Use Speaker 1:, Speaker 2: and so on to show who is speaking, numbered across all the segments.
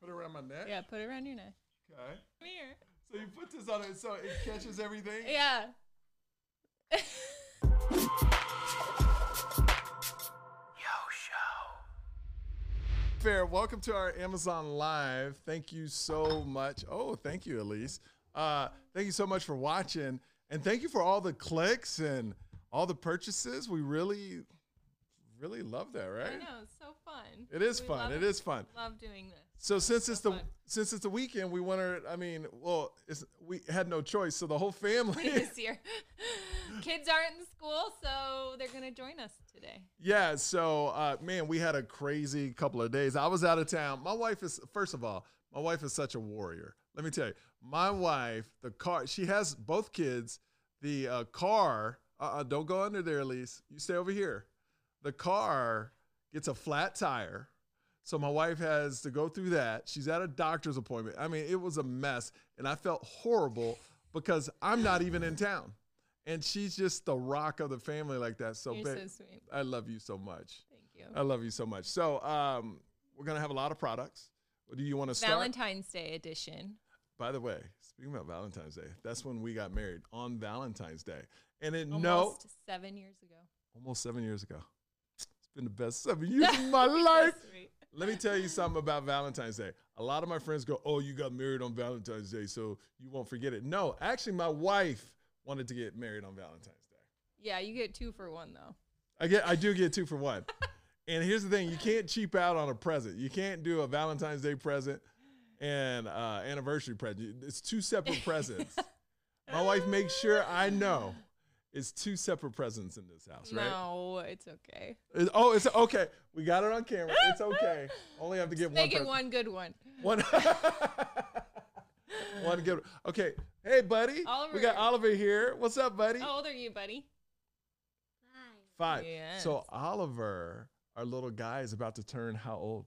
Speaker 1: Put it around my neck.
Speaker 2: Yeah, put it around your neck.
Speaker 1: Okay.
Speaker 2: Come here.
Speaker 1: So you put this on it so it catches everything.
Speaker 2: Yeah.
Speaker 1: Fair. Welcome to our Amazon Live. Thank you so much. Oh, thank you, Elise. Uh, thank you so much for watching, and thank you for all the clicks and all the purchases. We really, really love that,
Speaker 2: I
Speaker 1: right?
Speaker 2: know, it's so fun.
Speaker 1: It is
Speaker 2: We
Speaker 1: fun.
Speaker 2: love
Speaker 1: It is fun.
Speaker 2: Love doing this.
Speaker 1: So since it's the
Speaker 2: fun.
Speaker 1: since it's the weekend, we want to. I mean, well, it's, we had no choice, so the whole family.
Speaker 2: this year. Kids aren't in school, so they're going to join us today.
Speaker 1: yeah. So uh, man, we had a crazy couple of days. I was out of town. My wife is first of all, my wife is such a warrior. Let me tell you, my wife, the car, she has both kids. The uh, car, uh, uh, don't go under there, Elise. You stay over here. The car gets a flat tire. So my wife has to go through that. She's at a doctor's appointment. I mean, it was a mess, and I felt horrible because I'm not even in town, and she's just the rock of the family like that. So,
Speaker 2: You're
Speaker 1: babe,
Speaker 2: so sweet.
Speaker 1: I love you so much.
Speaker 2: Thank you.
Speaker 1: I love you so much. So, um, we're gonna have a lot of products. Do you want to start?
Speaker 2: Valentine's Day edition.
Speaker 1: By the way, speaking about Valentine's Day, that's when we got married on Valentine's Day, and it no
Speaker 2: Almost seven years ago.
Speaker 1: almost seven years ago. It's been the best seven years of my life.
Speaker 2: So sweet.
Speaker 1: Let me tell you something about Valentine's Day. A lot of my friends go, "Oh, you got married on Valentine's Day, so you won't forget it." No, actually, my wife wanted to get married on Valentine's Day.
Speaker 2: Yeah, you get two for one, though.
Speaker 1: I get, I do get two for one. and here's the thing: you can't cheap out on a present. You can't do a Valentine's Day present and uh, anniversary present. It's two separate presents. my wife makes sure I know it's two separate presents in this house, right?
Speaker 2: No, it's okay.
Speaker 1: It- oh, it's okay. We got it on camera. It's okay. Only have to get one.
Speaker 2: Make it
Speaker 1: present.
Speaker 2: one good one.
Speaker 1: One, one good. Okay. Hey, buddy. We got
Speaker 2: Oliver.
Speaker 1: Oliver here. What's up, buddy?
Speaker 2: How old are you, buddy?
Speaker 1: Five.
Speaker 2: Yes.
Speaker 1: So Oliver, our little guy, is about to turn how old?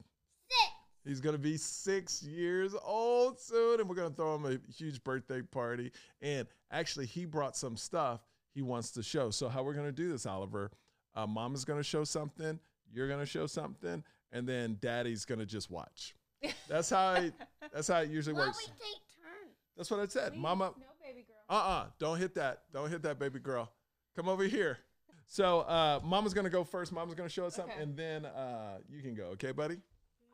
Speaker 1: Six. He's gonna be six years old soon, and we're gonna throw him a huge birthday party. And actually, he brought some stuff he wants to show. So how we're gonna do this, Oliver? Uh, Mom is gonna show something. You're gonna show something, and then Daddy's gonna just watch. That's how it, that's how it usually
Speaker 3: Why
Speaker 1: works.
Speaker 3: we take turns?
Speaker 1: That's what I said, Mama.
Speaker 2: No, baby girl.
Speaker 1: Uh-uh. Don't hit that. Don't hit that, baby girl. Come over here. So uh mama's gonna go first. Mama's gonna show us something,
Speaker 2: Okay.
Speaker 1: and then uh you can go, okay, buddy?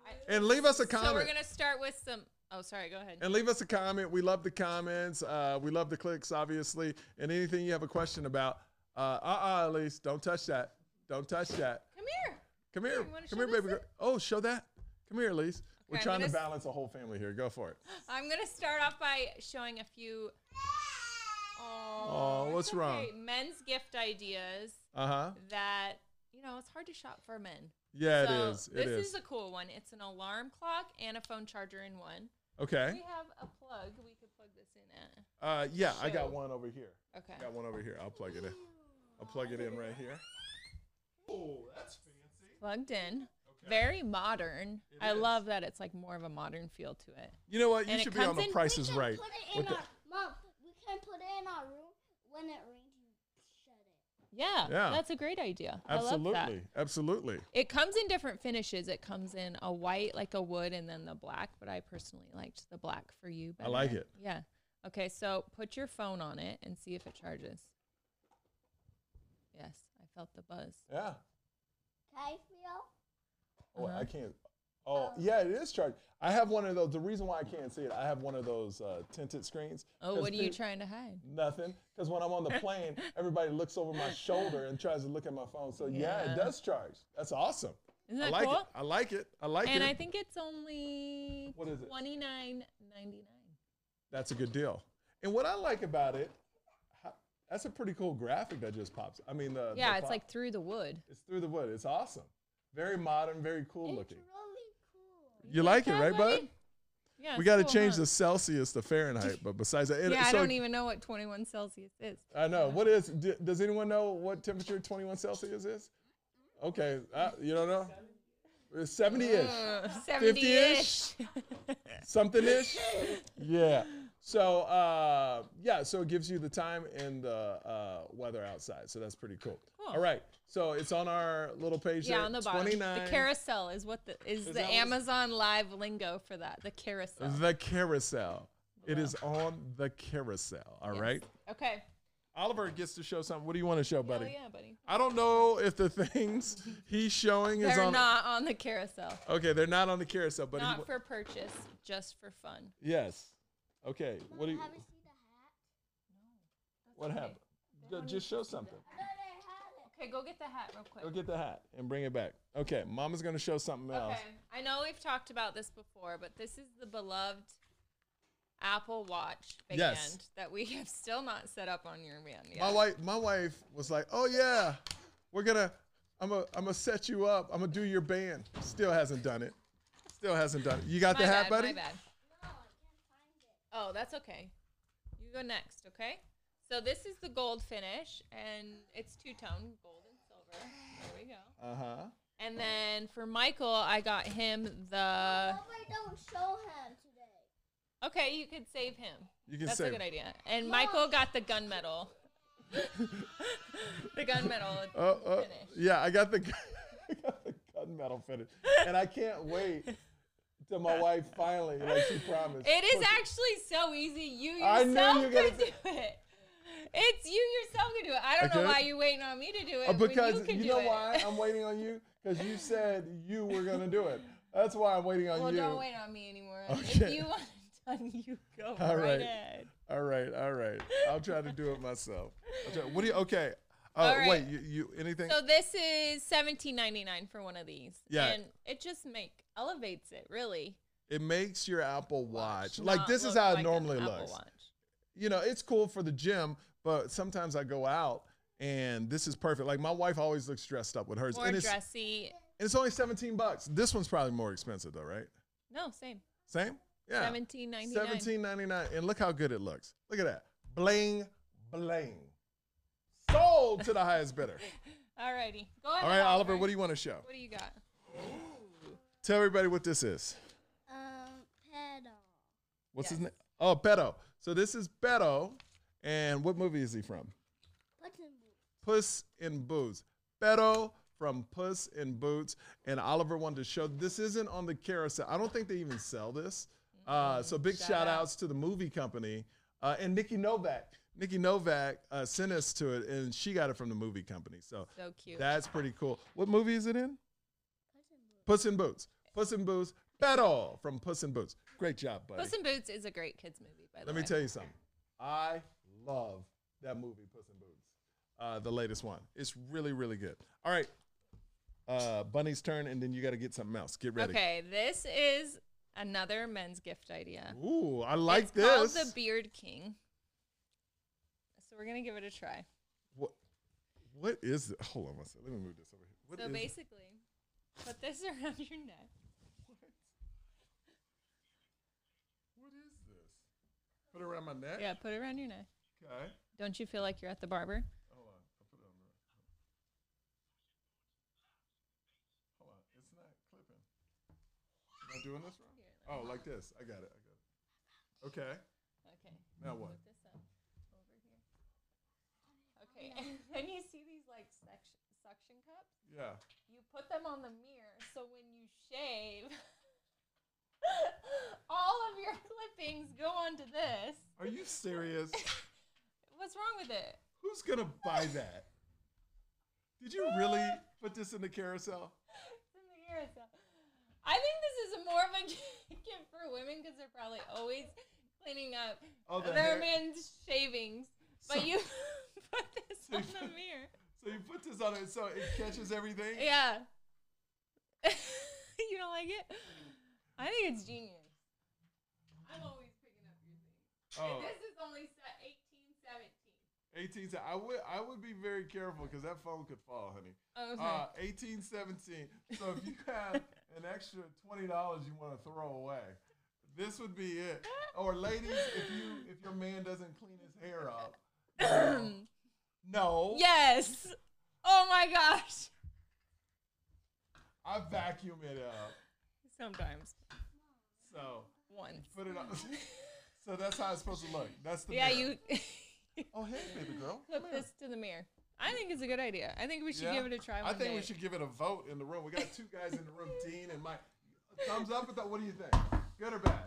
Speaker 2: I-
Speaker 1: And leave us a
Speaker 2: So we're
Speaker 1: comment.
Speaker 2: going to start with some. Oh, sorry. Go ahead.
Speaker 1: and leave us a comment. We love the comments. Uh we love the clicks, obviously. And anything you have a question about, uh uh-uh, Elise, don't touch that. Don't touch that.
Speaker 2: Come here.
Speaker 1: Come here.
Speaker 2: You wanna
Speaker 1: Come
Speaker 2: show
Speaker 1: here, baby
Speaker 2: this
Speaker 1: girl. Oh, show that. Come here, Elise. We're
Speaker 2: Okay, I'm
Speaker 1: trying to
Speaker 2: gonna s-
Speaker 1: balance a whole family here. Go for it.
Speaker 2: I'm going to start off by showing a few.
Speaker 1: Aw,
Speaker 2: Oh,
Speaker 1: what's wrong?
Speaker 2: Men's gift ideas
Speaker 1: Uh-huh.
Speaker 2: that, you know, it's hard to shop for men.
Speaker 1: Yeah,
Speaker 2: so
Speaker 1: it is. It
Speaker 2: This
Speaker 1: is.
Speaker 2: a cool one. It's an alarm clock and a phone charger in one.
Speaker 1: okay.
Speaker 2: We have a plug we could plug this in at.
Speaker 1: Uh yeah, I got
Speaker 2: Show.
Speaker 1: one over here.
Speaker 2: Okay.
Speaker 1: Got one over here. I'll plug it in. I'll plug it in right here. Oh, that's fancy.
Speaker 2: Plugged in. Very modern. I
Speaker 1: is.
Speaker 2: love that it's like more of a modern feel to it.
Speaker 1: You know what? You
Speaker 2: And it
Speaker 1: should be on
Speaker 2: comes
Speaker 1: the
Speaker 2: in-
Speaker 1: Price
Speaker 3: we
Speaker 1: is
Speaker 3: can
Speaker 1: Right.
Speaker 3: Put it in
Speaker 1: with
Speaker 3: our,
Speaker 1: that.
Speaker 3: Mom, we can put it in our room when it rains. You shut it.
Speaker 2: Yeah,
Speaker 1: Yeah.
Speaker 2: that's a great idea. I love that.
Speaker 1: Absolutely. Absolutely.
Speaker 2: It comes in different finishes. It comes in a white, like a wood, and then the black. But I personally liked the black for you.
Speaker 1: I like
Speaker 2: better.
Speaker 1: it.
Speaker 2: Yeah. Okay, so put your phone on it and see if it charges. Yes, I felt the buzz.
Speaker 1: Yeah.
Speaker 3: Can I feel?
Speaker 1: Oh,
Speaker 2: Uh-huh.
Speaker 1: I can't. Oh, yeah, it is charged. I have one of those. The reason why I can't see it, I have one of those uh, tinted screens.
Speaker 2: Oh,
Speaker 1: 'cause
Speaker 2: what are you
Speaker 1: pe-
Speaker 2: trying to hide?
Speaker 1: Nothing. Because when I'm on the plane, everybody looks over my shoulder and tries to look at my phone. So, yeah,
Speaker 2: Yeah.
Speaker 1: it does charge. That's awesome.
Speaker 2: Isn't
Speaker 1: I
Speaker 2: that
Speaker 1: like
Speaker 2: cool?
Speaker 1: it. I like it. I like
Speaker 2: And
Speaker 1: it.
Speaker 2: I think it's only
Speaker 1: What is it?
Speaker 2: twenty nine ninety nine.
Speaker 1: That's a good deal. And what I like about it, how- that's a pretty cool graphic that just pops. I mean, the the
Speaker 2: Yeah, it's
Speaker 1: pop-
Speaker 2: like through the wood.
Speaker 1: it's through the wood. It's awesome. Very modern, very cool
Speaker 3: It's
Speaker 1: looking.
Speaker 3: really cool.
Speaker 1: You like it,
Speaker 2: that,
Speaker 1: right, bud?
Speaker 2: buddy? Yeah.
Speaker 1: We
Speaker 2: it's
Speaker 1: got to
Speaker 2: cool,
Speaker 1: change
Speaker 2: huh?
Speaker 1: the Celsius to Fahrenheit, but besides that, it-
Speaker 2: Yeah, I
Speaker 1: so-
Speaker 2: don't even know what twenty one Celsius is.
Speaker 1: I know. What is? d- Does anyone know what temperature 21 Celsius is? Okay, uh, you don't know. It's 70-ish,
Speaker 2: Seventy ish.
Speaker 1: something-ish. Yeah. So uh, yeah, so it gives you the time and the uh, weather outside. So that's pretty cool.
Speaker 2: Cool.
Speaker 1: All right, so it's on our little page.
Speaker 2: Yeah,
Speaker 1: there,
Speaker 2: on the bottom.
Speaker 1: 29.
Speaker 2: The carousel is what the is,
Speaker 1: Is
Speaker 2: the
Speaker 1: that what-
Speaker 2: Amazon Live lingo for that. The carousel.
Speaker 1: The carousel. It
Speaker 2: Wow.
Speaker 1: is on the carousel. All right.
Speaker 2: Yes. Okay.
Speaker 1: Oliver gets to show something. What do you want to show, buddy?
Speaker 2: Oh yeah, buddy.
Speaker 1: I don't know if the things he's showing is
Speaker 2: They're
Speaker 1: on.
Speaker 2: not on the carousel.
Speaker 1: Okay, they're not on the carousel, but he,
Speaker 2: Not
Speaker 1: wa-
Speaker 2: for purchase, just for fun.
Speaker 1: yes. Okay. What do you?
Speaker 3: Mom, Have you seen the hat?
Speaker 1: What happened? Ju- Just show something.
Speaker 3: No, they had it.
Speaker 2: Okay, go get the hat real quick.
Speaker 1: Go get the hat and bring it back. Okay, Mama's gonna show something else.
Speaker 2: Okay. I know we've talked about this before, but this is the beloved Apple Watch band
Speaker 1: Yes.
Speaker 2: that we have still not set up on your man yet.
Speaker 1: My wife, my wife was like, "Oh yeah, we're gonna, I'm gonna, I'm gonna set you up. I'm gonna do your band." Still hasn't done it. Still hasn't done it. You got
Speaker 2: My
Speaker 1: the
Speaker 2: bad,
Speaker 1: hat, buddy?
Speaker 2: My bad.
Speaker 3: No, I can't find it.
Speaker 2: Oh, that's okay. You go next, okay? So this is the gold finish, and it's two tone, gold and silver. There we go.
Speaker 1: Uh huh.
Speaker 2: And then for Michael, I got him the.
Speaker 3: Hope I don't show him today.
Speaker 2: Okay, you could save him.
Speaker 1: You can
Speaker 2: That's
Speaker 1: say.
Speaker 2: a good idea. And Michael got the gunmetal. the gunmetal
Speaker 1: Uh, uh,
Speaker 2: finish.
Speaker 1: yeah, I got the, gun- I got the gunmetal finish, and I can't wait till my wife finally, like she promised.
Speaker 2: It is
Speaker 1: puts
Speaker 2: actually so easy. You
Speaker 1: I knew
Speaker 2: yourself
Speaker 1: you were
Speaker 2: could
Speaker 1: gonna
Speaker 2: do it. It's you yourself could do it. I don't know
Speaker 1: Okay.
Speaker 2: why you're waiting on me to do it.
Speaker 1: Uh,
Speaker 2: when
Speaker 1: because
Speaker 2: you, can
Speaker 1: you
Speaker 2: do
Speaker 1: know
Speaker 2: it.
Speaker 1: why I'm waiting on you? Because you said you were gonna do it. That's why I'm waiting on
Speaker 2: well,
Speaker 1: you.
Speaker 2: don't wait on me anymore. If
Speaker 1: Okay.
Speaker 2: you want it done, you go
Speaker 1: All
Speaker 2: right,
Speaker 1: right.
Speaker 2: ahead.
Speaker 1: All right, all right. I'll try to do it myself. I'll try- what do you? Okay. Uh,
Speaker 2: All right.
Speaker 1: Wait, you, you anything?
Speaker 2: So this is seventeen ninety nine for one of these.
Speaker 1: Yeah.
Speaker 2: And it just make elevates it really.
Speaker 1: it makes your Apple Watch, like
Speaker 2: not
Speaker 1: this is
Speaker 2: look
Speaker 1: how it
Speaker 2: like an
Speaker 1: normally
Speaker 2: Apple
Speaker 1: looks.
Speaker 2: Watch.
Speaker 1: You know, it's cool for the gym, but sometimes I go out and this is perfect. Like my wife always looks dressed up with hers,
Speaker 2: More
Speaker 1: and it's
Speaker 2: dressy.
Speaker 1: and it's only seventeen bucks. This one's probably more expensive though, right?
Speaker 2: No, same.
Speaker 1: Same. Yeah.
Speaker 2: Seventeen ninety nine.
Speaker 1: Seventeen ninety nine, and look how good it looks. Look at that, bling, bling. Sold to the highest bidder.
Speaker 2: Alrighty. Go ahead.
Speaker 1: All right, Oliver, what do you want to show?
Speaker 2: what do you got?
Speaker 1: Tell everybody what this is.
Speaker 3: Um, pedal.
Speaker 1: What's his
Speaker 2: Yes.
Speaker 1: name? Oh, Beto. So this is Beto, and what movie is he from?
Speaker 3: Button boot.
Speaker 1: Puss in Boots. Beto from Puss in Boots, and Oliver wanted to show. This isn't on the carousel. I don't think they even sell this. Uh, so big
Speaker 2: shout
Speaker 1: shout, outs to the movie company uh, and Nikki Novak. Nikki Novak uh, sent us to it, and she got it from the movie company. So
Speaker 2: So cute.
Speaker 1: that's pretty cool. What movie is it in?
Speaker 3: Button boot.
Speaker 1: Puss in Boots. Puss in Boots. Beto from Puss in Boots. Great job, buddy.
Speaker 2: Puss in Boots is a great kids movie, by the
Speaker 1: Let
Speaker 2: way.
Speaker 1: me tell you something. I love that movie, Puss in Boots, uh, the latest one. It's really, really good. All right, uh, Bunny's turn, and then you got to get something else. Get ready.
Speaker 2: Okay, this is another men's gift idea.
Speaker 1: Ooh, I like
Speaker 2: it's
Speaker 1: this.
Speaker 2: called the Beard King. So we're gonna give it a try.
Speaker 1: what, what is it? Hold on one second. Let me move this over here. What
Speaker 2: so
Speaker 1: is it?
Speaker 2: basically, put this around your neck.
Speaker 1: What is this? Put it around my neck.
Speaker 2: Yeah, put it around your neck.
Speaker 1: Okay.
Speaker 2: Don't you feel like you're at the barber?
Speaker 1: Hold on. I'll put it on the. Hold on. It's not clipping. Am I doing this wrong? Oh, like this. I got it. I got it. Okay.
Speaker 2: Okay.
Speaker 1: Now what?
Speaker 2: Put this up over here. Okay, and then you see these like suction suction cups.
Speaker 1: Yeah.
Speaker 2: You put them on the mirror, so when you shave, all of your clippings go onto this.
Speaker 1: Are you serious?
Speaker 2: What's wrong with it?
Speaker 1: Who's gonna buy that? Did you really put this in the carousel?
Speaker 2: It's in the carousel. I think this is more of a gift for women because they're probably always cleaning up
Speaker 1: Oh, the
Speaker 2: their
Speaker 1: hair-
Speaker 2: men's shavings.
Speaker 1: So-
Speaker 2: But you put this
Speaker 1: So
Speaker 2: on
Speaker 1: you
Speaker 2: the
Speaker 1: put-
Speaker 2: mirror.
Speaker 1: So you put this on it so it catches everything?
Speaker 2: Yeah. you don't like it? I think it's genius. I'm always picking up your things.
Speaker 1: Oh,
Speaker 2: And this is only set 18, 17.
Speaker 1: 18 se- I would I would be very careful because that phone could fall, honey.
Speaker 2: Okay.
Speaker 1: Uh, 18, 17. So if you have an extra $20 you want to throw away, this would be it. Or ladies, if you if your man doesn't clean his hair up. no. No.
Speaker 2: Um, yes. Oh my gosh.
Speaker 1: I vacuum it up.
Speaker 2: Sometimes.
Speaker 1: So
Speaker 2: Once.
Speaker 1: put it on. So that's how it's supposed to look. That's the
Speaker 2: yeah,
Speaker 1: mirror.
Speaker 2: you
Speaker 1: Oh hey, baby girl.
Speaker 2: clip
Speaker 1: come here.
Speaker 2: this to the mirror. I think it's a good idea. I think we should
Speaker 1: Yeah.
Speaker 2: give it a try.
Speaker 1: I
Speaker 2: One
Speaker 1: think we
Speaker 2: day.
Speaker 1: should give it a vote in the room. We got two guys in the room, Dean and Mike. Thumbs up or th- what do you think? Good or bad?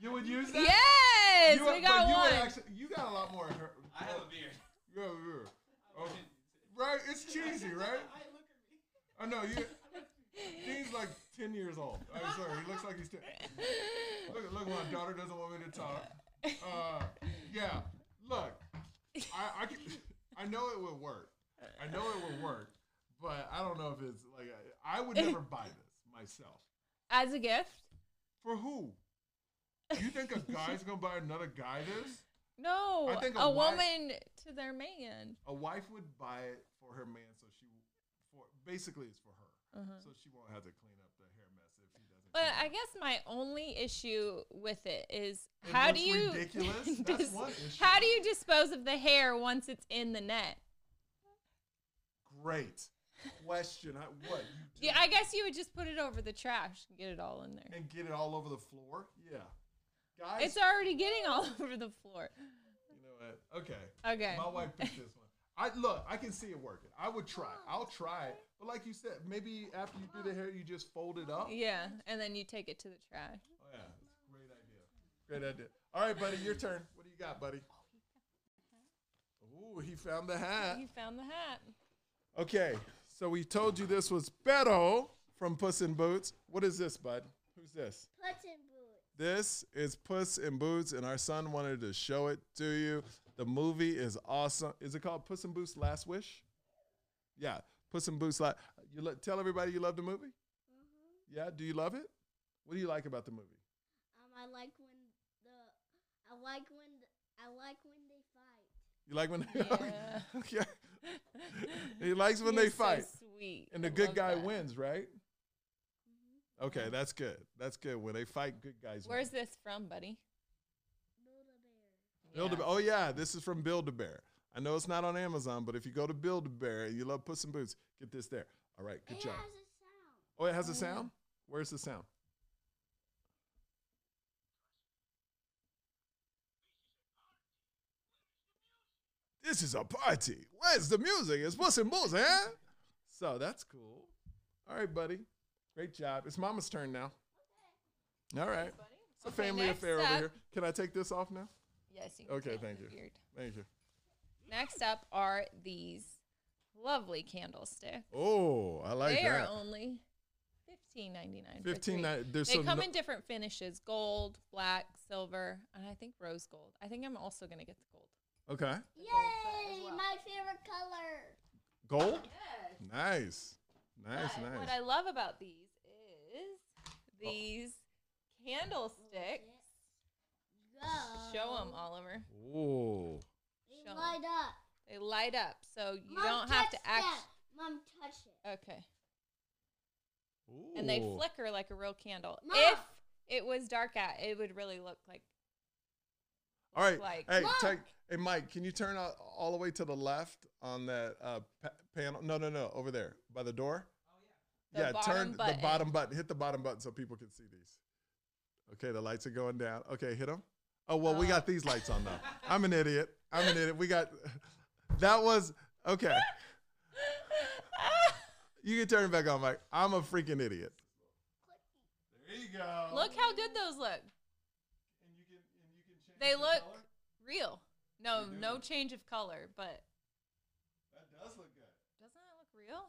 Speaker 1: You would use that?
Speaker 2: Yes,
Speaker 1: You
Speaker 2: we
Speaker 1: would- but
Speaker 2: got
Speaker 1: you would
Speaker 2: one.
Speaker 1: actually- you got a lot more. in her-
Speaker 4: I have a beard.
Speaker 1: You have a mirror. Oh, right? It's cheesy, right?
Speaker 4: I look at me.
Speaker 1: I know you. Dean's like ten years old. I'm sorry, he looks like he's ten. Look, look, my daughter doesn't want me to talk. Uh, yeah, look, I, I, can, I know it would work. I know it would work, but I don't know if it's like I, I would never buy this myself.
Speaker 2: As a gift?
Speaker 1: For who? You think a guy's gonna buy another guy this?
Speaker 2: No,
Speaker 1: I think a
Speaker 2: a,
Speaker 1: wife-
Speaker 2: woman to their man.
Speaker 1: A wife would buy it for her man, so she, for basically, it's for her,
Speaker 2: Uh-huh.
Speaker 1: so she won't have to clean up the hair mess if he doesn't.
Speaker 2: But
Speaker 1: clean
Speaker 2: I guess my only issue with it is
Speaker 1: It
Speaker 2: how do
Speaker 1: looks
Speaker 2: you
Speaker 1: ridiculous. That's
Speaker 2: dis-
Speaker 1: one issue.
Speaker 2: how do you dispose of the hair once it's in the net?
Speaker 1: Great question. I, what? You just-
Speaker 2: Yeah, I guess you would just put it over the trash and get it all in there.
Speaker 1: and get it all over the floor? Yeah. Guys,
Speaker 2: It's already getting all over the floor.
Speaker 1: you know what? Okay.
Speaker 2: Okay.
Speaker 1: My wife picked this one. I look, I can see it working. I would try. it. I'll try it. But like you said, maybe after you do the hair, you just fold it up.
Speaker 2: Yeah, and then you take it to the trash.
Speaker 1: Oh, yeah. It's a great idea. Great idea. All right, buddy, your turn. What do you got, buddy? Ooh, Oh, he found the hat.
Speaker 2: You found the hat.
Speaker 1: Okay, so we told you this was Beto from Puss in Boots. What is this, bud? Who's this?
Speaker 3: Puts in boots.
Speaker 1: This is Puss in Boots, and our son wanted to show it to you. The movie is awesome. Is it called Puss in Boots Last Wish? Yeah, Puss in Boots. La- you lo- tell everybody you love the movie.
Speaker 2: Mm-hmm.
Speaker 1: Yeah, do you love it? What do you like about the movie?
Speaker 3: Um, I like when the I like when the, I like when they fight.
Speaker 1: You like when
Speaker 2: Yeah.
Speaker 1: okay. He likes when they
Speaker 2: You're so
Speaker 1: fight,
Speaker 2: sweet.
Speaker 1: and the
Speaker 2: I
Speaker 1: good
Speaker 2: love
Speaker 1: guy
Speaker 2: that. Mm-hmm.
Speaker 1: wins, right? Okay, that's good. That's good. When they fight, good guys win.
Speaker 2: Where's this from, buddy?
Speaker 3: Build a bear.
Speaker 1: Build
Speaker 2: Yeah.
Speaker 1: a, oh yeah, this is from Build a Bear. I know it's not on Amazon, but if you go to Build a Bear and you love Puss in Boots, get this there. All right, good
Speaker 3: it
Speaker 1: job.
Speaker 3: has a sound.
Speaker 1: Oh, it has a sound. Where's the sound? This is a party. Where's the music? It's Puss in Boots, eh? So that's cool. All right, buddy. Great job. It's Mama's turn now. All right. It's a
Speaker 2: Okay,
Speaker 1: family
Speaker 2: next
Speaker 1: affair over
Speaker 2: up-
Speaker 1: here. Can I take this off now?
Speaker 2: Yes. You
Speaker 1: Okay,
Speaker 2: take
Speaker 1: thank
Speaker 2: the
Speaker 1: you.
Speaker 2: beard.
Speaker 1: Thank you.
Speaker 2: Next up are these lovely candlesticks.
Speaker 1: Oh, I like
Speaker 2: they
Speaker 1: that.
Speaker 2: are only fifteen ninety nine.
Speaker 1: Fifteen nine. There's
Speaker 2: They
Speaker 1: some
Speaker 2: come
Speaker 1: no-
Speaker 2: in different finishes: gold, black, silver, and I think rose gold. I think I'm also gonna get the gold.
Speaker 1: okay.
Speaker 2: gold set as
Speaker 3: Yay!
Speaker 2: well.
Speaker 3: My favorite color.
Speaker 1: Gold. Nice. Nice.
Speaker 2: But
Speaker 1: nice. Oh.
Speaker 2: What I love about these is these candlesticks.
Speaker 3: Go.
Speaker 2: Show them, Oliver.
Speaker 1: Ooh.
Speaker 3: They
Speaker 2: Show 'em.
Speaker 3: light up.
Speaker 2: They light up, so you
Speaker 3: Mom,
Speaker 2: don't have to
Speaker 3: touch
Speaker 2: act. Oh.
Speaker 3: that. Mom, touch it.
Speaker 2: Okay. and they
Speaker 1: Ooh.
Speaker 2: flicker like a real candle.
Speaker 3: Mom.
Speaker 2: If it was dark out, it would really look like
Speaker 1: All right.
Speaker 2: like-
Speaker 1: hey,
Speaker 3: Look.
Speaker 1: take, hey, Mike. Can you turn all, all the way to the left on that uh, pa- panel? No, no, no. Over there by the door.
Speaker 2: The
Speaker 1: yeah.
Speaker 2: bottom
Speaker 1: Turn the
Speaker 2: button.
Speaker 1: bottom button. Hit the bottom button so people can see these. Okay. The lights are going down. Okay. Hit them. Oh well, we
Speaker 2: Oh.
Speaker 1: got these lights on though. I'm an idiot. I'm an idiot. We got. That was okay. You can turn it back on, Mike. I'm a freaking idiot. There you go.
Speaker 2: look how good those look.
Speaker 1: And you can, and you can change
Speaker 2: They
Speaker 1: the
Speaker 2: look
Speaker 1: color.
Speaker 2: real. No,
Speaker 1: They do.
Speaker 2: no change of color, but
Speaker 1: That does look good.
Speaker 2: doesn't it look real?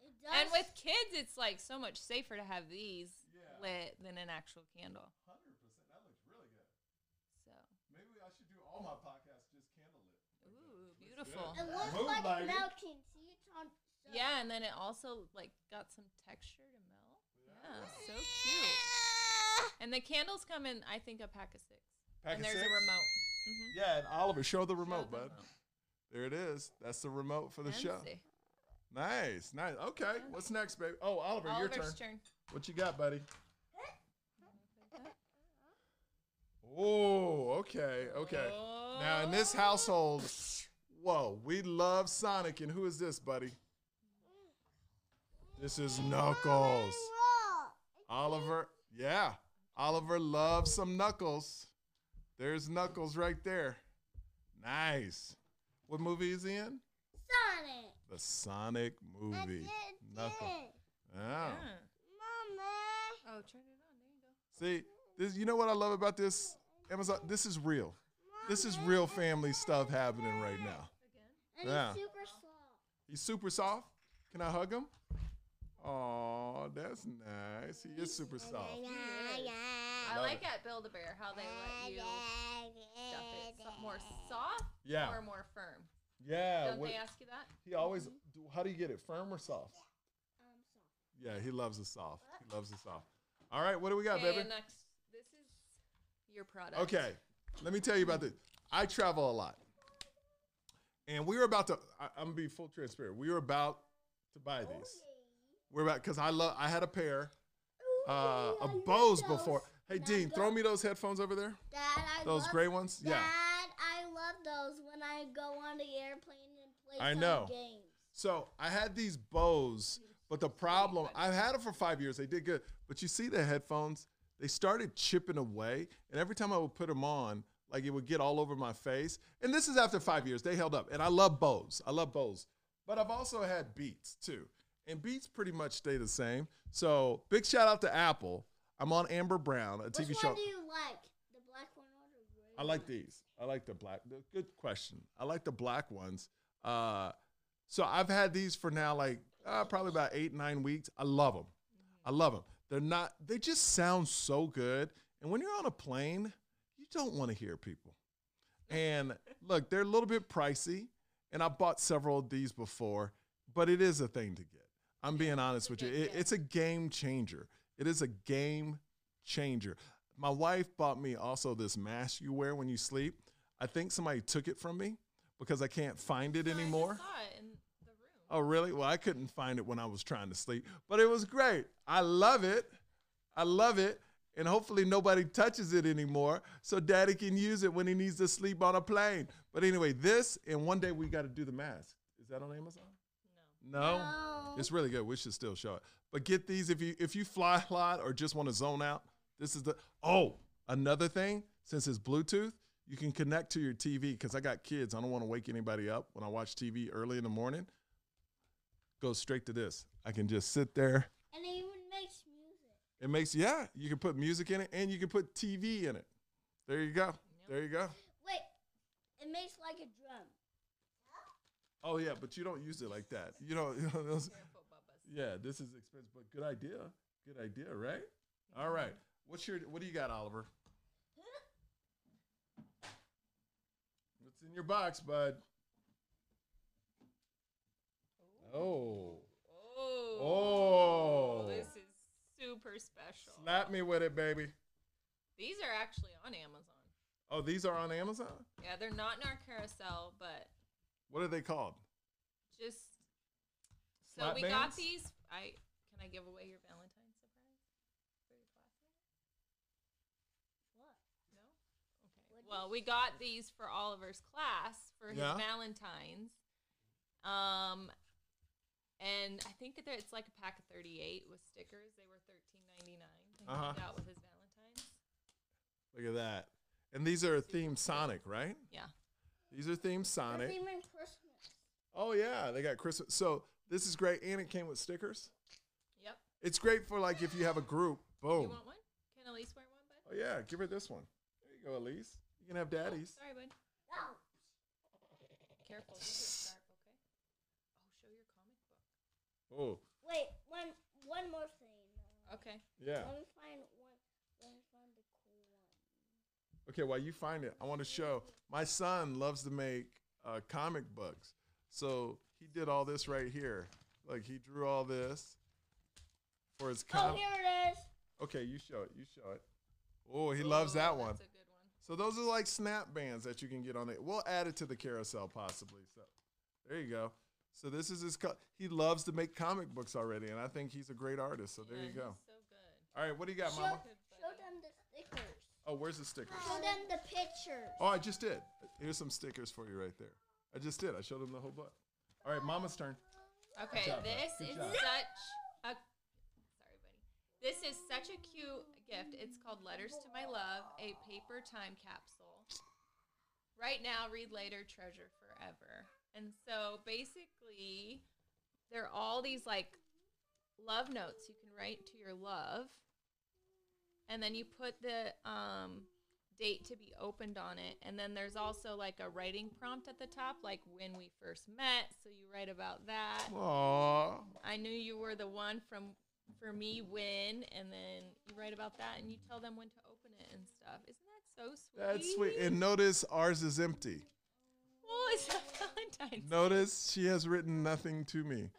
Speaker 3: It does.
Speaker 2: And with kids, it's like so much safer to have these
Speaker 1: Yeah.
Speaker 2: lit than an actual candle.
Speaker 1: Hundred percent. That looks really good.
Speaker 2: So,
Speaker 1: Maybe I should do all my podcasts just candlelit.
Speaker 2: ooh, beautiful.
Speaker 3: it looks
Speaker 1: Moon
Speaker 3: like
Speaker 1: lighting.
Speaker 3: melting. See, it's on. so-
Speaker 2: Yeah, and then it also like got some texture to melt. Yeah, so cute. And the candles come in, I think, a pack of six.
Speaker 1: Pack
Speaker 2: and
Speaker 1: of
Speaker 2: there's
Speaker 1: six?
Speaker 2: a remote. Mhm.
Speaker 1: Yeah, and Oliver, show the
Speaker 2: Show
Speaker 1: remote,
Speaker 2: the
Speaker 1: bud.
Speaker 2: remote.
Speaker 1: There it is. That's the remote for the show.
Speaker 2: Fancy.
Speaker 1: Nice, nice. Okay, what's next, baby? Oh, Oliver, your turn.
Speaker 2: Oliver's turn.
Speaker 1: What you got, buddy? Oh, okay, okay. Now
Speaker 2: Oh.
Speaker 1: in this household, whoa, we love Sonic, and who is this, buddy? This is Knuckles.
Speaker 3: Roll.
Speaker 1: Oliver, yeah. Oliver loves some knuckles. There's knuckles right there. Nice. What movie is he in?
Speaker 3: Sonic.
Speaker 1: The Sonic movie. Knuckle. Oh.
Speaker 2: Yeah.
Speaker 3: Mama.
Speaker 2: Oh, turn it on. There you go.
Speaker 1: See, this you know what I love about this Amazon. This is real. This is real family stuff happening right now.
Speaker 2: Again.
Speaker 3: And
Speaker 1: Yeah.
Speaker 3: he's super soft.
Speaker 1: He's super soft. Can I hug him? Oh, that's nice. He is super soft.
Speaker 2: I
Speaker 1: Love
Speaker 2: like
Speaker 1: it.
Speaker 2: at Build a Bear how they
Speaker 3: Ah,
Speaker 2: let you stuff it so- more soft
Speaker 1: Yeah.
Speaker 2: or more firm.
Speaker 1: Yeah.
Speaker 2: Don't
Speaker 1: what-
Speaker 2: they ask you that?
Speaker 1: he always. do- How do you get it? Firm or soft?
Speaker 3: Um, soft.
Speaker 1: Yeah, he loves the soft. He loves the soft. All right, what do we got,
Speaker 2: okay,
Speaker 1: baby?
Speaker 2: next. This is your product.
Speaker 1: Okay, let me tell you about this. I travel a lot, and we were about to. I, I'm gonna be full transparent. We were about to buy
Speaker 3: Oh.
Speaker 1: these. We're about because I love. I had a pair, uh,
Speaker 3: I
Speaker 1: a
Speaker 3: love
Speaker 1: Bose
Speaker 3: those.
Speaker 1: before. Hey,
Speaker 3: Now
Speaker 1: Dean,
Speaker 3: go-
Speaker 1: throw me those headphones over there.
Speaker 3: Dad, I
Speaker 1: Those
Speaker 3: love
Speaker 1: gray ones. Yeah.
Speaker 3: Dad, I love those when I go on the airplane and play
Speaker 1: I
Speaker 3: some
Speaker 1: know.
Speaker 3: games.
Speaker 1: So I had these Bose, but the problem I've had them for five years. They did good, but you see the headphones, they started chipping away, and every time I would put them on, like it would get all over my face. And this is after five years. They held up, and I love Bose. I love Bose, but I've also had Beats too, and Beats pretty much stay the same. So big shout out to Apple. I'm on Amber Brown, a TV
Speaker 3: Which
Speaker 1: show.
Speaker 3: one do you like? The black one or the gray
Speaker 1: I like these. I like the black. the- Good question. I like the black ones. Uh, so I've had these for now, like uh, probably about eight, nine weeks. I love them. I love them. They're not. They just sound so good. And when you're on a plane, you don't want to hear people. And look, they're a little bit pricey. And I bought several of these before, but it is a thing to get. I'm being honest with you. It, it's a game changer. It is a game changer. My wife bought me also this mask you wear when you sleep. I think somebody took it from me because I can't find it
Speaker 2: No, Oh, I just
Speaker 1: anymore.
Speaker 2: saw it in the room.
Speaker 1: Oh, really? Well, I couldn't find it when I was trying to sleep, but it was great. I love it. I love it. And hopefully nobody touches it anymore so daddy can use it when he needs to sleep on a plane. But anyway, this, and one day we got to do the mask. Is that on Amazon? No.
Speaker 3: No.
Speaker 1: It's really good. We should still show it. But get these if you if you fly a lot or just want to zone out. This is the oh another thing. Since it's Bluetooth, you can connect to your TV because I got kids. I don't want to wake anybody up when I watch TV early in the morning. Go straight to this. I can just sit there.
Speaker 3: And it even makes music.
Speaker 1: It makes yeah. You can put music in it and you can put TV in it. There you go. There you go.
Speaker 3: Wait, it makes like a drum.
Speaker 1: Oh yeah, but you don't use it like that. You don't. You know those,
Speaker 2: Careful, Bubba's.
Speaker 1: Yeah, this is expensive, but good idea. Good idea, right? All right. What's your what do you got, Oliver? What's in your box, bud? Oh.
Speaker 2: Oh.
Speaker 1: Oh.
Speaker 2: This is super special.
Speaker 1: Slap me with it, baby.
Speaker 2: These are actually on Amazon.
Speaker 1: Oh, these are on Amazon?
Speaker 2: Yeah, they're not in our carousel, but
Speaker 1: What are they called?
Speaker 2: just so
Speaker 1: Slap
Speaker 2: we got
Speaker 1: bands?
Speaker 2: these. I can I give away your Valentine's surprise for your classmates?
Speaker 3: What?
Speaker 2: No.
Speaker 3: What
Speaker 2: Okay.
Speaker 3: do
Speaker 2: Well,
Speaker 3: you
Speaker 2: we got these for Oliver's class for his
Speaker 1: Yeah.
Speaker 2: Valentine's. Um, and I think that there- it's like a pack of thirty-eight with stickers. They were thirteen ninety-nine. They
Speaker 1: Uh-huh.
Speaker 2: uh out with his Valentine's.
Speaker 1: Look at that. And these are themed Sonic, right?
Speaker 2: Yeah.
Speaker 1: These are themed
Speaker 3: It's
Speaker 1: Sonic.
Speaker 3: even Christmas.
Speaker 1: Oh yeah, they got Christmas. So this is great. And it came with stickers.
Speaker 2: Yep.
Speaker 1: It's great for like if you have a group.
Speaker 2: You
Speaker 1: Boom.
Speaker 2: want one? Can Elise wear one, bud?
Speaker 1: Oh yeah, give her this one. There you go, Elise. You can have
Speaker 2: Oh,
Speaker 1: daddy's.
Speaker 2: sorry, bud.
Speaker 3: Oh,
Speaker 2: Careful. These are sharp, okay? Oh, show your comic book.
Speaker 1: Oh,
Speaker 3: wait, one one more thing.
Speaker 2: Okay.
Speaker 1: yeah.
Speaker 3: Let me find one. Let me find the cool one.
Speaker 1: Okay, while you find it, I want to show. My son loves to make uh, comic books. So he did all this right here. Like he drew all this for his
Speaker 3: Oh,
Speaker 1: comic.
Speaker 3: here it is.
Speaker 1: Okay, you show it. You show it. Oh, he loves
Speaker 2: Ooh,
Speaker 1: that one.
Speaker 2: That's a good one.
Speaker 1: So those are like snap bands that you can get on it. We'll add it to the carousel possibly. So there you go. So this is his. Co- he loves to make comic books already, and I think he's a great artist. So there
Speaker 2: Yeah,
Speaker 1: you go.
Speaker 2: he's So good.
Speaker 1: All right, what do you got,
Speaker 3: Show,
Speaker 1: Mama?
Speaker 3: show them the stickers.
Speaker 1: Oh, where's the stickers?
Speaker 3: Show them the pictures.
Speaker 1: Oh, I just did. Here's some stickers for you right there. I just did. I showed him the whole book. All right, Mama's turn.
Speaker 2: Okay,
Speaker 1: job, bud.
Speaker 2: this
Speaker 1: Good
Speaker 2: is
Speaker 1: job.
Speaker 2: such a sorry, buddy. This is such a cute gift gift. It's called Letters to My Love, a paper time capsule. Right now, read later, treasure forever. And so basically, there are all these like love notes you can write to your love. And then you put the um, date to be opened on it. And then there's also like a writing prompt at the top, like when we first met. So you write about that.
Speaker 1: Aww.
Speaker 2: I knew you were the one from for me when, and then you write about that, and you tell them when to open it and stuff. Isn't that so sweet?
Speaker 1: That's sweet. And notice ours is empty.
Speaker 2: well, it's not Valentine's.
Speaker 1: Notice she has written nothing to me.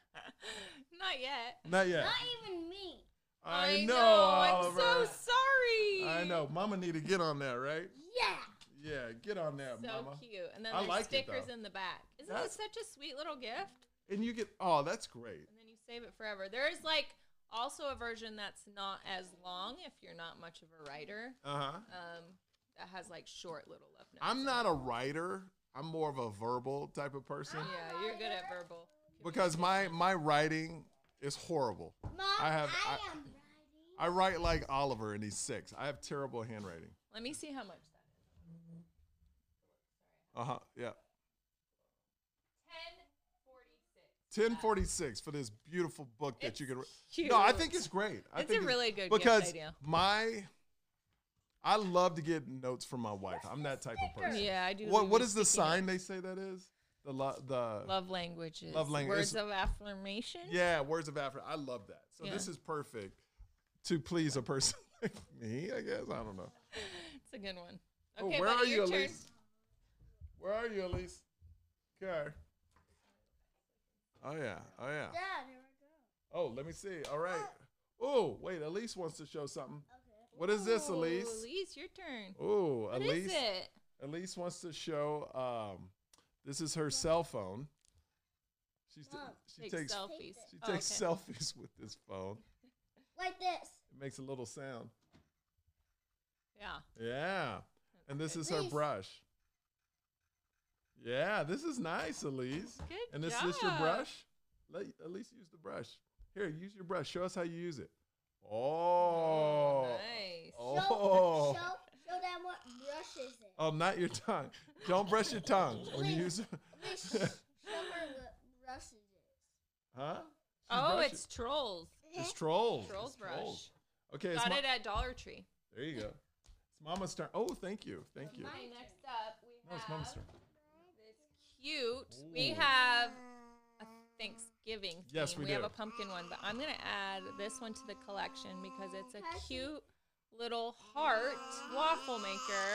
Speaker 2: Not yet.
Speaker 1: Not yet.
Speaker 3: Not even me.
Speaker 1: I, know.
Speaker 2: I'm
Speaker 1: Oliver.
Speaker 2: so sorry.
Speaker 1: I know. Mama need to get on that, right?
Speaker 3: Yeah.
Speaker 1: Yeah, get on that,
Speaker 2: So
Speaker 1: Mama.
Speaker 2: cute. And then
Speaker 1: I
Speaker 2: there's
Speaker 1: like it,
Speaker 2: stickers
Speaker 1: though.
Speaker 2: in the back. Isn't
Speaker 1: That's-
Speaker 2: it such a sweet little gift?
Speaker 1: And you get. Oh, that's great.
Speaker 2: And then you save it forever. There is like also a version that's not as long if you're not much of a writer.
Speaker 1: Uh huh.
Speaker 2: Um, that has like short little love notes.
Speaker 1: I'm not a writer. I'm more of a verbal type of person
Speaker 2: Yeah, you're good at verbal.
Speaker 1: because my my writing is horrible.
Speaker 3: Mom,
Speaker 1: I have-
Speaker 3: I,
Speaker 1: I-
Speaker 3: am riding.
Speaker 1: I write like Oliver, and he's six. I have terrible handwriting.
Speaker 2: Let me see how much that is.
Speaker 1: Uh huh. Yeah.
Speaker 2: Ten forty-six.
Speaker 1: 1046 for this beautiful book that you
Speaker 2: It's
Speaker 1: can. read. No, I think
Speaker 2: cute.
Speaker 1: it's great. I
Speaker 2: It's
Speaker 1: think
Speaker 2: a really good gift
Speaker 1: because
Speaker 2: idea.
Speaker 1: my. I love to get notes from my wife. I'm that type of person.
Speaker 2: Yeah, I do.
Speaker 1: What
Speaker 2: leave
Speaker 1: What
Speaker 2: you
Speaker 1: is the
Speaker 2: speaking
Speaker 1: sign they say that is? The lo- the
Speaker 2: of Love languages.
Speaker 1: Love langu-
Speaker 2: Words
Speaker 1: it's-
Speaker 2: of affirmation.
Speaker 1: yeah words of Africa. I love that. So
Speaker 2: Yeah.
Speaker 1: this is perfect to please a person like me. I guess I don't know.
Speaker 2: It's a good one.
Speaker 1: Oh,
Speaker 2: Okay,
Speaker 1: where
Speaker 2: buddy,
Speaker 1: are you,
Speaker 2: your turn.
Speaker 1: Elise? Where are you, Elise? Okay. Oh yeah. Oh yeah.
Speaker 3: Dad, here we go. Oh,
Speaker 1: Oh, let me see. All right. Oh wait, Elise wants to show something.
Speaker 3: Okay.
Speaker 1: What is this,
Speaker 2: Uh, Ooh,
Speaker 1: Elise?
Speaker 2: Elise, your turn.
Speaker 1: Oh,
Speaker 2: What is
Speaker 1: Elise.
Speaker 2: it?
Speaker 1: Elise wants to show. Um, this is her cell phone. She's t-
Speaker 3: Mom,
Speaker 1: she
Speaker 2: Take
Speaker 1: takes
Speaker 2: selfies.
Speaker 1: she
Speaker 2: Oh,
Speaker 1: takes
Speaker 2: okay.
Speaker 1: selfies with this phone.
Speaker 3: Like this.
Speaker 1: It makes a little sound.
Speaker 2: Yeah.
Speaker 1: Yeah. And this
Speaker 2: good.
Speaker 1: is her
Speaker 3: Elise.
Speaker 1: brush. Yeah, this is nice, Elise.
Speaker 2: Good
Speaker 1: and is this your
Speaker 2: job.
Speaker 1: brush? Let Elise use the brush. Here, use your brush. Show us how you use it. Oh.
Speaker 2: nice.
Speaker 3: Show,
Speaker 1: Oh.
Speaker 3: show, show them what brush is it.
Speaker 1: Oh, not your tongue. Don't brush your tongue when you use
Speaker 3: Please sh- show her what brush is it.
Speaker 1: Huh? She
Speaker 2: Oh,
Speaker 1: brush
Speaker 2: it's trolls.
Speaker 1: it. it's trolls.
Speaker 2: Trolls
Speaker 1: It's
Speaker 2: brush.
Speaker 1: trolls. Okay, it's
Speaker 2: Got
Speaker 1: ma-
Speaker 2: it at Dollar Tree.
Speaker 1: there you go. It's Mama's turn. Oh, thank you. Thank you.
Speaker 2: Okay, next up we
Speaker 1: No, it's
Speaker 2: have
Speaker 1: Mama's turn.
Speaker 2: cute. We
Speaker 1: Ooh.
Speaker 2: have a Thanksgiving. Theme.
Speaker 1: Yes, we
Speaker 2: have
Speaker 1: do.
Speaker 2: a pumpkin one, but I'm gonna add this one to the collection because it's a
Speaker 3: Cassie.
Speaker 2: cute little heart waffle maker.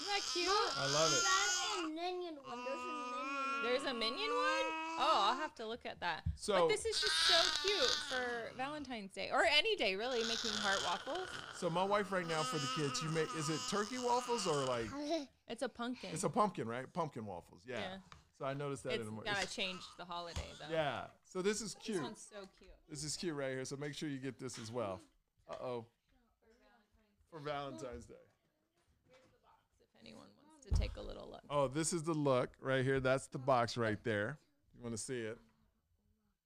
Speaker 2: Isn't that cute?
Speaker 1: I love it.
Speaker 3: That's a minion one. There's a minion one.
Speaker 2: There's a minion one. Oh, I'll have to look at that.
Speaker 1: So-
Speaker 2: but this is just so cute for Valentine's Day or any day really, making heart waffles.
Speaker 1: So my wife right now for the kids, you make is it turkey waffles or like
Speaker 2: It's a pumpkin.
Speaker 1: it's a pumpkin, right? Pumpkin waffles. Yeah.
Speaker 2: Yeah.
Speaker 1: So I noticed that in
Speaker 2: it's
Speaker 1: a morning.
Speaker 2: gotta change the holiday though.
Speaker 1: Yeah. So this is
Speaker 2: This
Speaker 1: cute.
Speaker 2: one's so cute.
Speaker 1: This is cute right here. So make sure you get this as well. Uh oh. For Valentine's Day.
Speaker 2: If anyone wants to take a little look.
Speaker 1: Oh, this is the look right here. That's the box right there. You want to see it?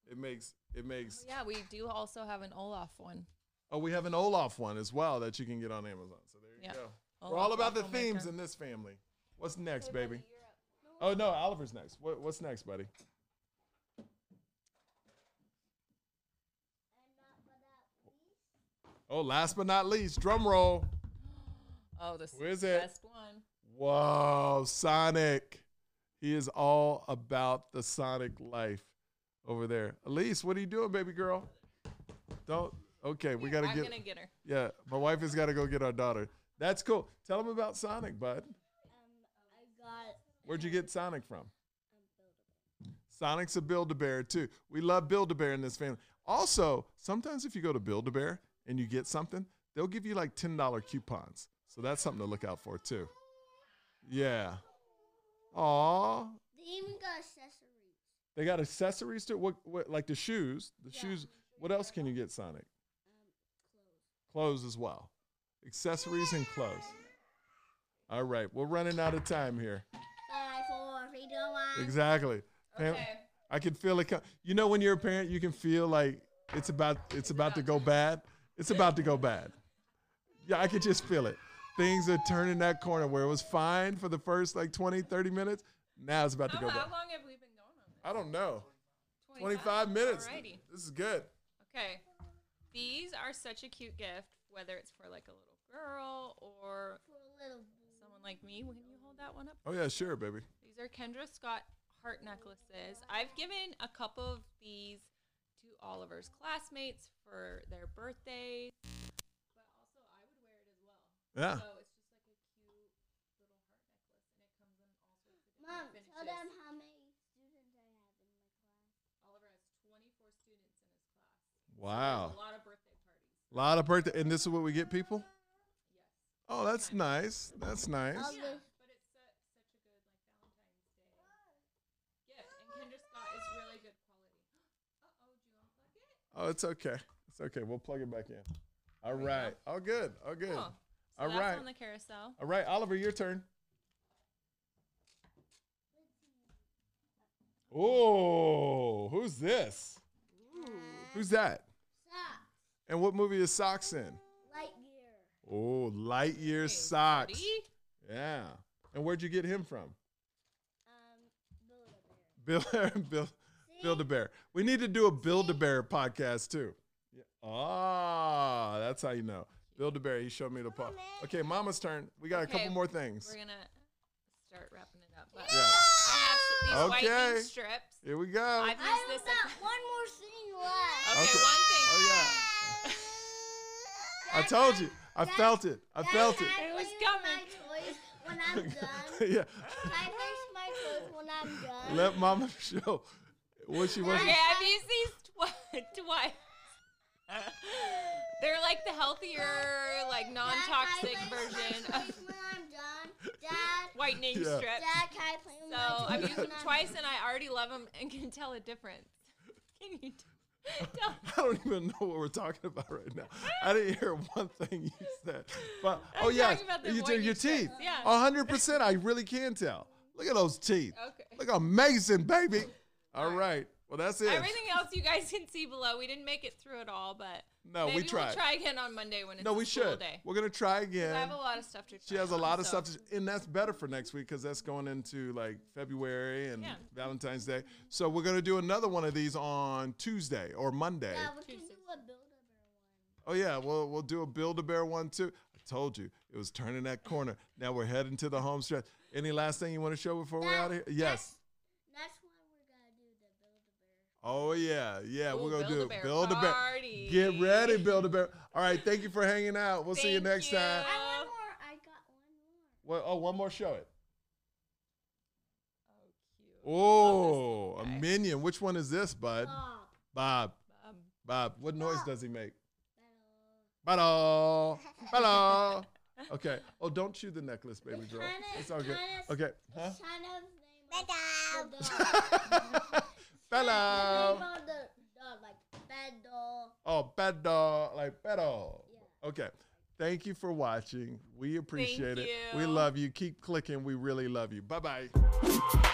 Speaker 1: It makes it makes.
Speaker 2: Oh, Yeah, we do also have an Olaf one.
Speaker 1: Oh, we have an Olaf one as well that you can get on Amazon. So there you
Speaker 2: Yeah.
Speaker 1: go. We're all
Speaker 2: Olaf
Speaker 1: about the
Speaker 2: waffle
Speaker 1: themes
Speaker 2: maker.
Speaker 1: in this family. What's next, baby? Oh no, Oliver's next. What, what's next, buddy? Oh, last but not least, drum roll.
Speaker 2: Oh, this
Speaker 1: Where is
Speaker 2: the
Speaker 1: it?
Speaker 2: best one.
Speaker 1: Whoa, Sonic. He is all about the Sonic life over there. Elise, what are you doing, baby girl? Don't. Okay, we gotta
Speaker 2: I'm
Speaker 1: get.
Speaker 2: gonna get her.
Speaker 1: Yeah, my wife has gotta go get our daughter. That's cool. Tell him about Sonic, bud.
Speaker 3: Um, I got.
Speaker 1: Where'd you get Sonic from?
Speaker 3: Um,
Speaker 1: Sonic's a Build a Bear too. We love Build a Bear in this family. Also, sometimes if you go to Build a Bear and you get something, they'll give you like ten dollar coupons. So that's something to look out for too. Yeah. Aw.
Speaker 3: they even got accessories.
Speaker 1: They got accessories to what, what like the shoes. The
Speaker 3: Yeah.
Speaker 1: shoes. What else can you get, Sonic?
Speaker 3: Um, clothes.
Speaker 1: Clothes as well. Accessories and clothes. All right, we're running out of time here.
Speaker 3: Five, four, three, two, one.
Speaker 1: Exactly. Fam-
Speaker 2: Okay.
Speaker 1: I can feel it. co- You know, when you're a parent, you can feel like it's about it's about to go bad. It's about to go bad. Yeah, I could just feel it. Things are turning that corner where it was fine for the first like 20, 30 minutes. Now it's about to
Speaker 2: How,
Speaker 1: go
Speaker 2: how
Speaker 1: back.
Speaker 2: long have we been going on this?
Speaker 1: I don't know. 25 minutes.
Speaker 2: Alrighty.
Speaker 1: This is good.
Speaker 2: Okay. These are such a cute gift, whether it's for like a little girl or
Speaker 3: for a little boy.
Speaker 2: someone like me. Will you hold that one up?
Speaker 1: Oh, yeah, sure, baby.
Speaker 2: These are Kendra Scott heart necklaces. I've given a couple of these to Oliver's classmates for their birthdays. But also, I would wear it as well.
Speaker 1: Yeah.
Speaker 2: So it's just like a cute little heart
Speaker 3: Mom,
Speaker 2: necklace, and it comes in all sorts of different
Speaker 3: tell
Speaker 2: finishes.
Speaker 3: them how many students I have in my class.
Speaker 2: Oliver has 24 students in his class.
Speaker 1: Wow.
Speaker 2: A lot of birthday
Speaker 1: A
Speaker 2: parties.
Speaker 1: lot of birthday. And this is what we get people?
Speaker 2: Yes.
Speaker 1: Oh, that's nice. That's nice.
Speaker 3: Yeah,
Speaker 2: but it's such a good like Valentine's Day gift, and Kendra Scott is really good quality. Uh oh, do you unplug it?
Speaker 1: Oh, it's okay. It's okay. We'll plug it back in. All right. All good. All good.
Speaker 2: Cool. So
Speaker 1: All
Speaker 2: that's
Speaker 1: right.
Speaker 2: on the carousel.
Speaker 1: All right, Oliver, your turn. Oh, who's this? Who's that?
Speaker 3: Socks.
Speaker 1: And what movie is Socks in?
Speaker 3: Lightyear.
Speaker 1: Oh, Lightyear
Speaker 2: Hey,
Speaker 1: Socks.
Speaker 2: buddy.
Speaker 1: Yeah. And where'd you get him from?
Speaker 3: Um, Build-A-Bear.
Speaker 1: Bill, Bill, Build a Bear. We need to do a Build a Bear podcast too. Yeah. Ah, that's how you know. Build a Bear. He showed me the pod. Okay, Mama's turn. We got a
Speaker 2: Okay,
Speaker 1: couple more things.
Speaker 2: We're gonna start wrapping it up. But
Speaker 1: Yeah.
Speaker 2: I have some- these whitening
Speaker 1: Okay.
Speaker 2: strips.
Speaker 1: Here we go.
Speaker 2: I've
Speaker 3: Ah! I
Speaker 2: used
Speaker 3: have
Speaker 2: this.
Speaker 3: got one more thing left.
Speaker 2: okay,
Speaker 1: Okay.
Speaker 2: one thing.
Speaker 1: oh
Speaker 2: yeah.
Speaker 1: yeah. I told you. I
Speaker 3: Dad,
Speaker 1: felt it. I
Speaker 3: Can
Speaker 1: felt
Speaker 3: I
Speaker 2: It was
Speaker 3: use
Speaker 2: coming.
Speaker 3: My toys when I'm done.
Speaker 1: it. yeah.
Speaker 3: Can I use my toys when I'm done.
Speaker 1: Let Mama show what she was.
Speaker 2: Okay, I've used these tw- twice. They're like the healthier, like
Speaker 3: Dad, can I
Speaker 2: non-toxic
Speaker 3: play with my
Speaker 2: version
Speaker 3: toys
Speaker 2: of
Speaker 3: when I'm done. Dad,
Speaker 2: whitening
Speaker 1: Yeah.
Speaker 2: strips.
Speaker 3: Dad, can I play
Speaker 2: So
Speaker 3: with my toys
Speaker 2: I've used
Speaker 3: when
Speaker 2: them
Speaker 3: I'm
Speaker 2: twice,
Speaker 3: done?
Speaker 2: and I already love them and can tell a difference. Can you t- tell?
Speaker 1: I don't even know what we're talking about right now. I didn't hear one thing you said. But
Speaker 2: I'm
Speaker 1: oh yeah,
Speaker 2: talking about the
Speaker 1: you did your
Speaker 2: whitening strips,
Speaker 1: teeth.
Speaker 2: yeah.
Speaker 1: hundred percent. I really can tell. Look at those teeth.
Speaker 2: Okay.
Speaker 1: Oh, Look amazing, baby. All
Speaker 2: All
Speaker 1: right. Well, that's it.
Speaker 2: Everything else you guys can see below. We didn't make it through it all, but
Speaker 1: No, we
Speaker 2: maybe
Speaker 1: tried.
Speaker 2: We'll try again on Monday when it's
Speaker 1: no, we
Speaker 2: a school
Speaker 1: should.
Speaker 2: day.
Speaker 1: We're gonna try
Speaker 2: I
Speaker 1: again.
Speaker 2: have a lot of stuff to.
Speaker 1: She
Speaker 2: try
Speaker 1: has a
Speaker 2: on,
Speaker 1: lot of
Speaker 2: so-
Speaker 1: stuff, to, and that's better for next week because that's going into like February and
Speaker 2: Yeah.
Speaker 1: Valentine's Day. So we're gonna do another one of these on Tuesday or Monday.
Speaker 3: Yeah, we can
Speaker 2: Tuesdays.
Speaker 3: do a Build-A-Bear one.
Speaker 1: Oh yeah, we'll we'll do a Build a Bear one too. I told you it was turning that corner. Now we're heading to the home stretch. Any last thing you want to show before we're
Speaker 3: That-
Speaker 1: out of here? Yes.
Speaker 3: That's, that's why we're gonna do the
Speaker 1: Oh yeah,
Speaker 3: Build-A-Bear.
Speaker 1: yeah.
Speaker 2: Ooh,
Speaker 1: we're gonna do
Speaker 2: Build-A-Bear
Speaker 1: it. Build a Bear.
Speaker 2: party.
Speaker 1: Get ready, Build a Bear. All right, thank you for hanging out. We'll see you
Speaker 2: Thank
Speaker 1: next
Speaker 2: you.
Speaker 1: time.
Speaker 3: I
Speaker 2: Uh,
Speaker 3: want more. I got
Speaker 1: Well,
Speaker 3: one more.
Speaker 1: oh, one more show it.
Speaker 2: Oh,
Speaker 1: Oh,
Speaker 2: this
Speaker 1: a
Speaker 2: guy.
Speaker 1: minion. Which one is this, bud?
Speaker 3: Bob.
Speaker 1: Bob.
Speaker 2: cute. Um,
Speaker 1: Oh. Bob. What noise
Speaker 3: Bob.
Speaker 1: does he make?
Speaker 3: Hello.
Speaker 1: Hello. Hello. Okay. Oh, don't chew the necklace, baby girl.
Speaker 3: Kinda-
Speaker 1: It's all good.
Speaker 3: kinda-
Speaker 1: Okay. Huh?
Speaker 3: It's kind of name of the dog.
Speaker 1: Hello.
Speaker 3: The name of the dog, like bad dog.
Speaker 1: Oh, pedo, like pedo.
Speaker 3: Yeah.
Speaker 1: Okay. Thank you for watching. We appreciate it. We
Speaker 2: you.
Speaker 1: love you. Keep clicking. We really love you. Bye bye.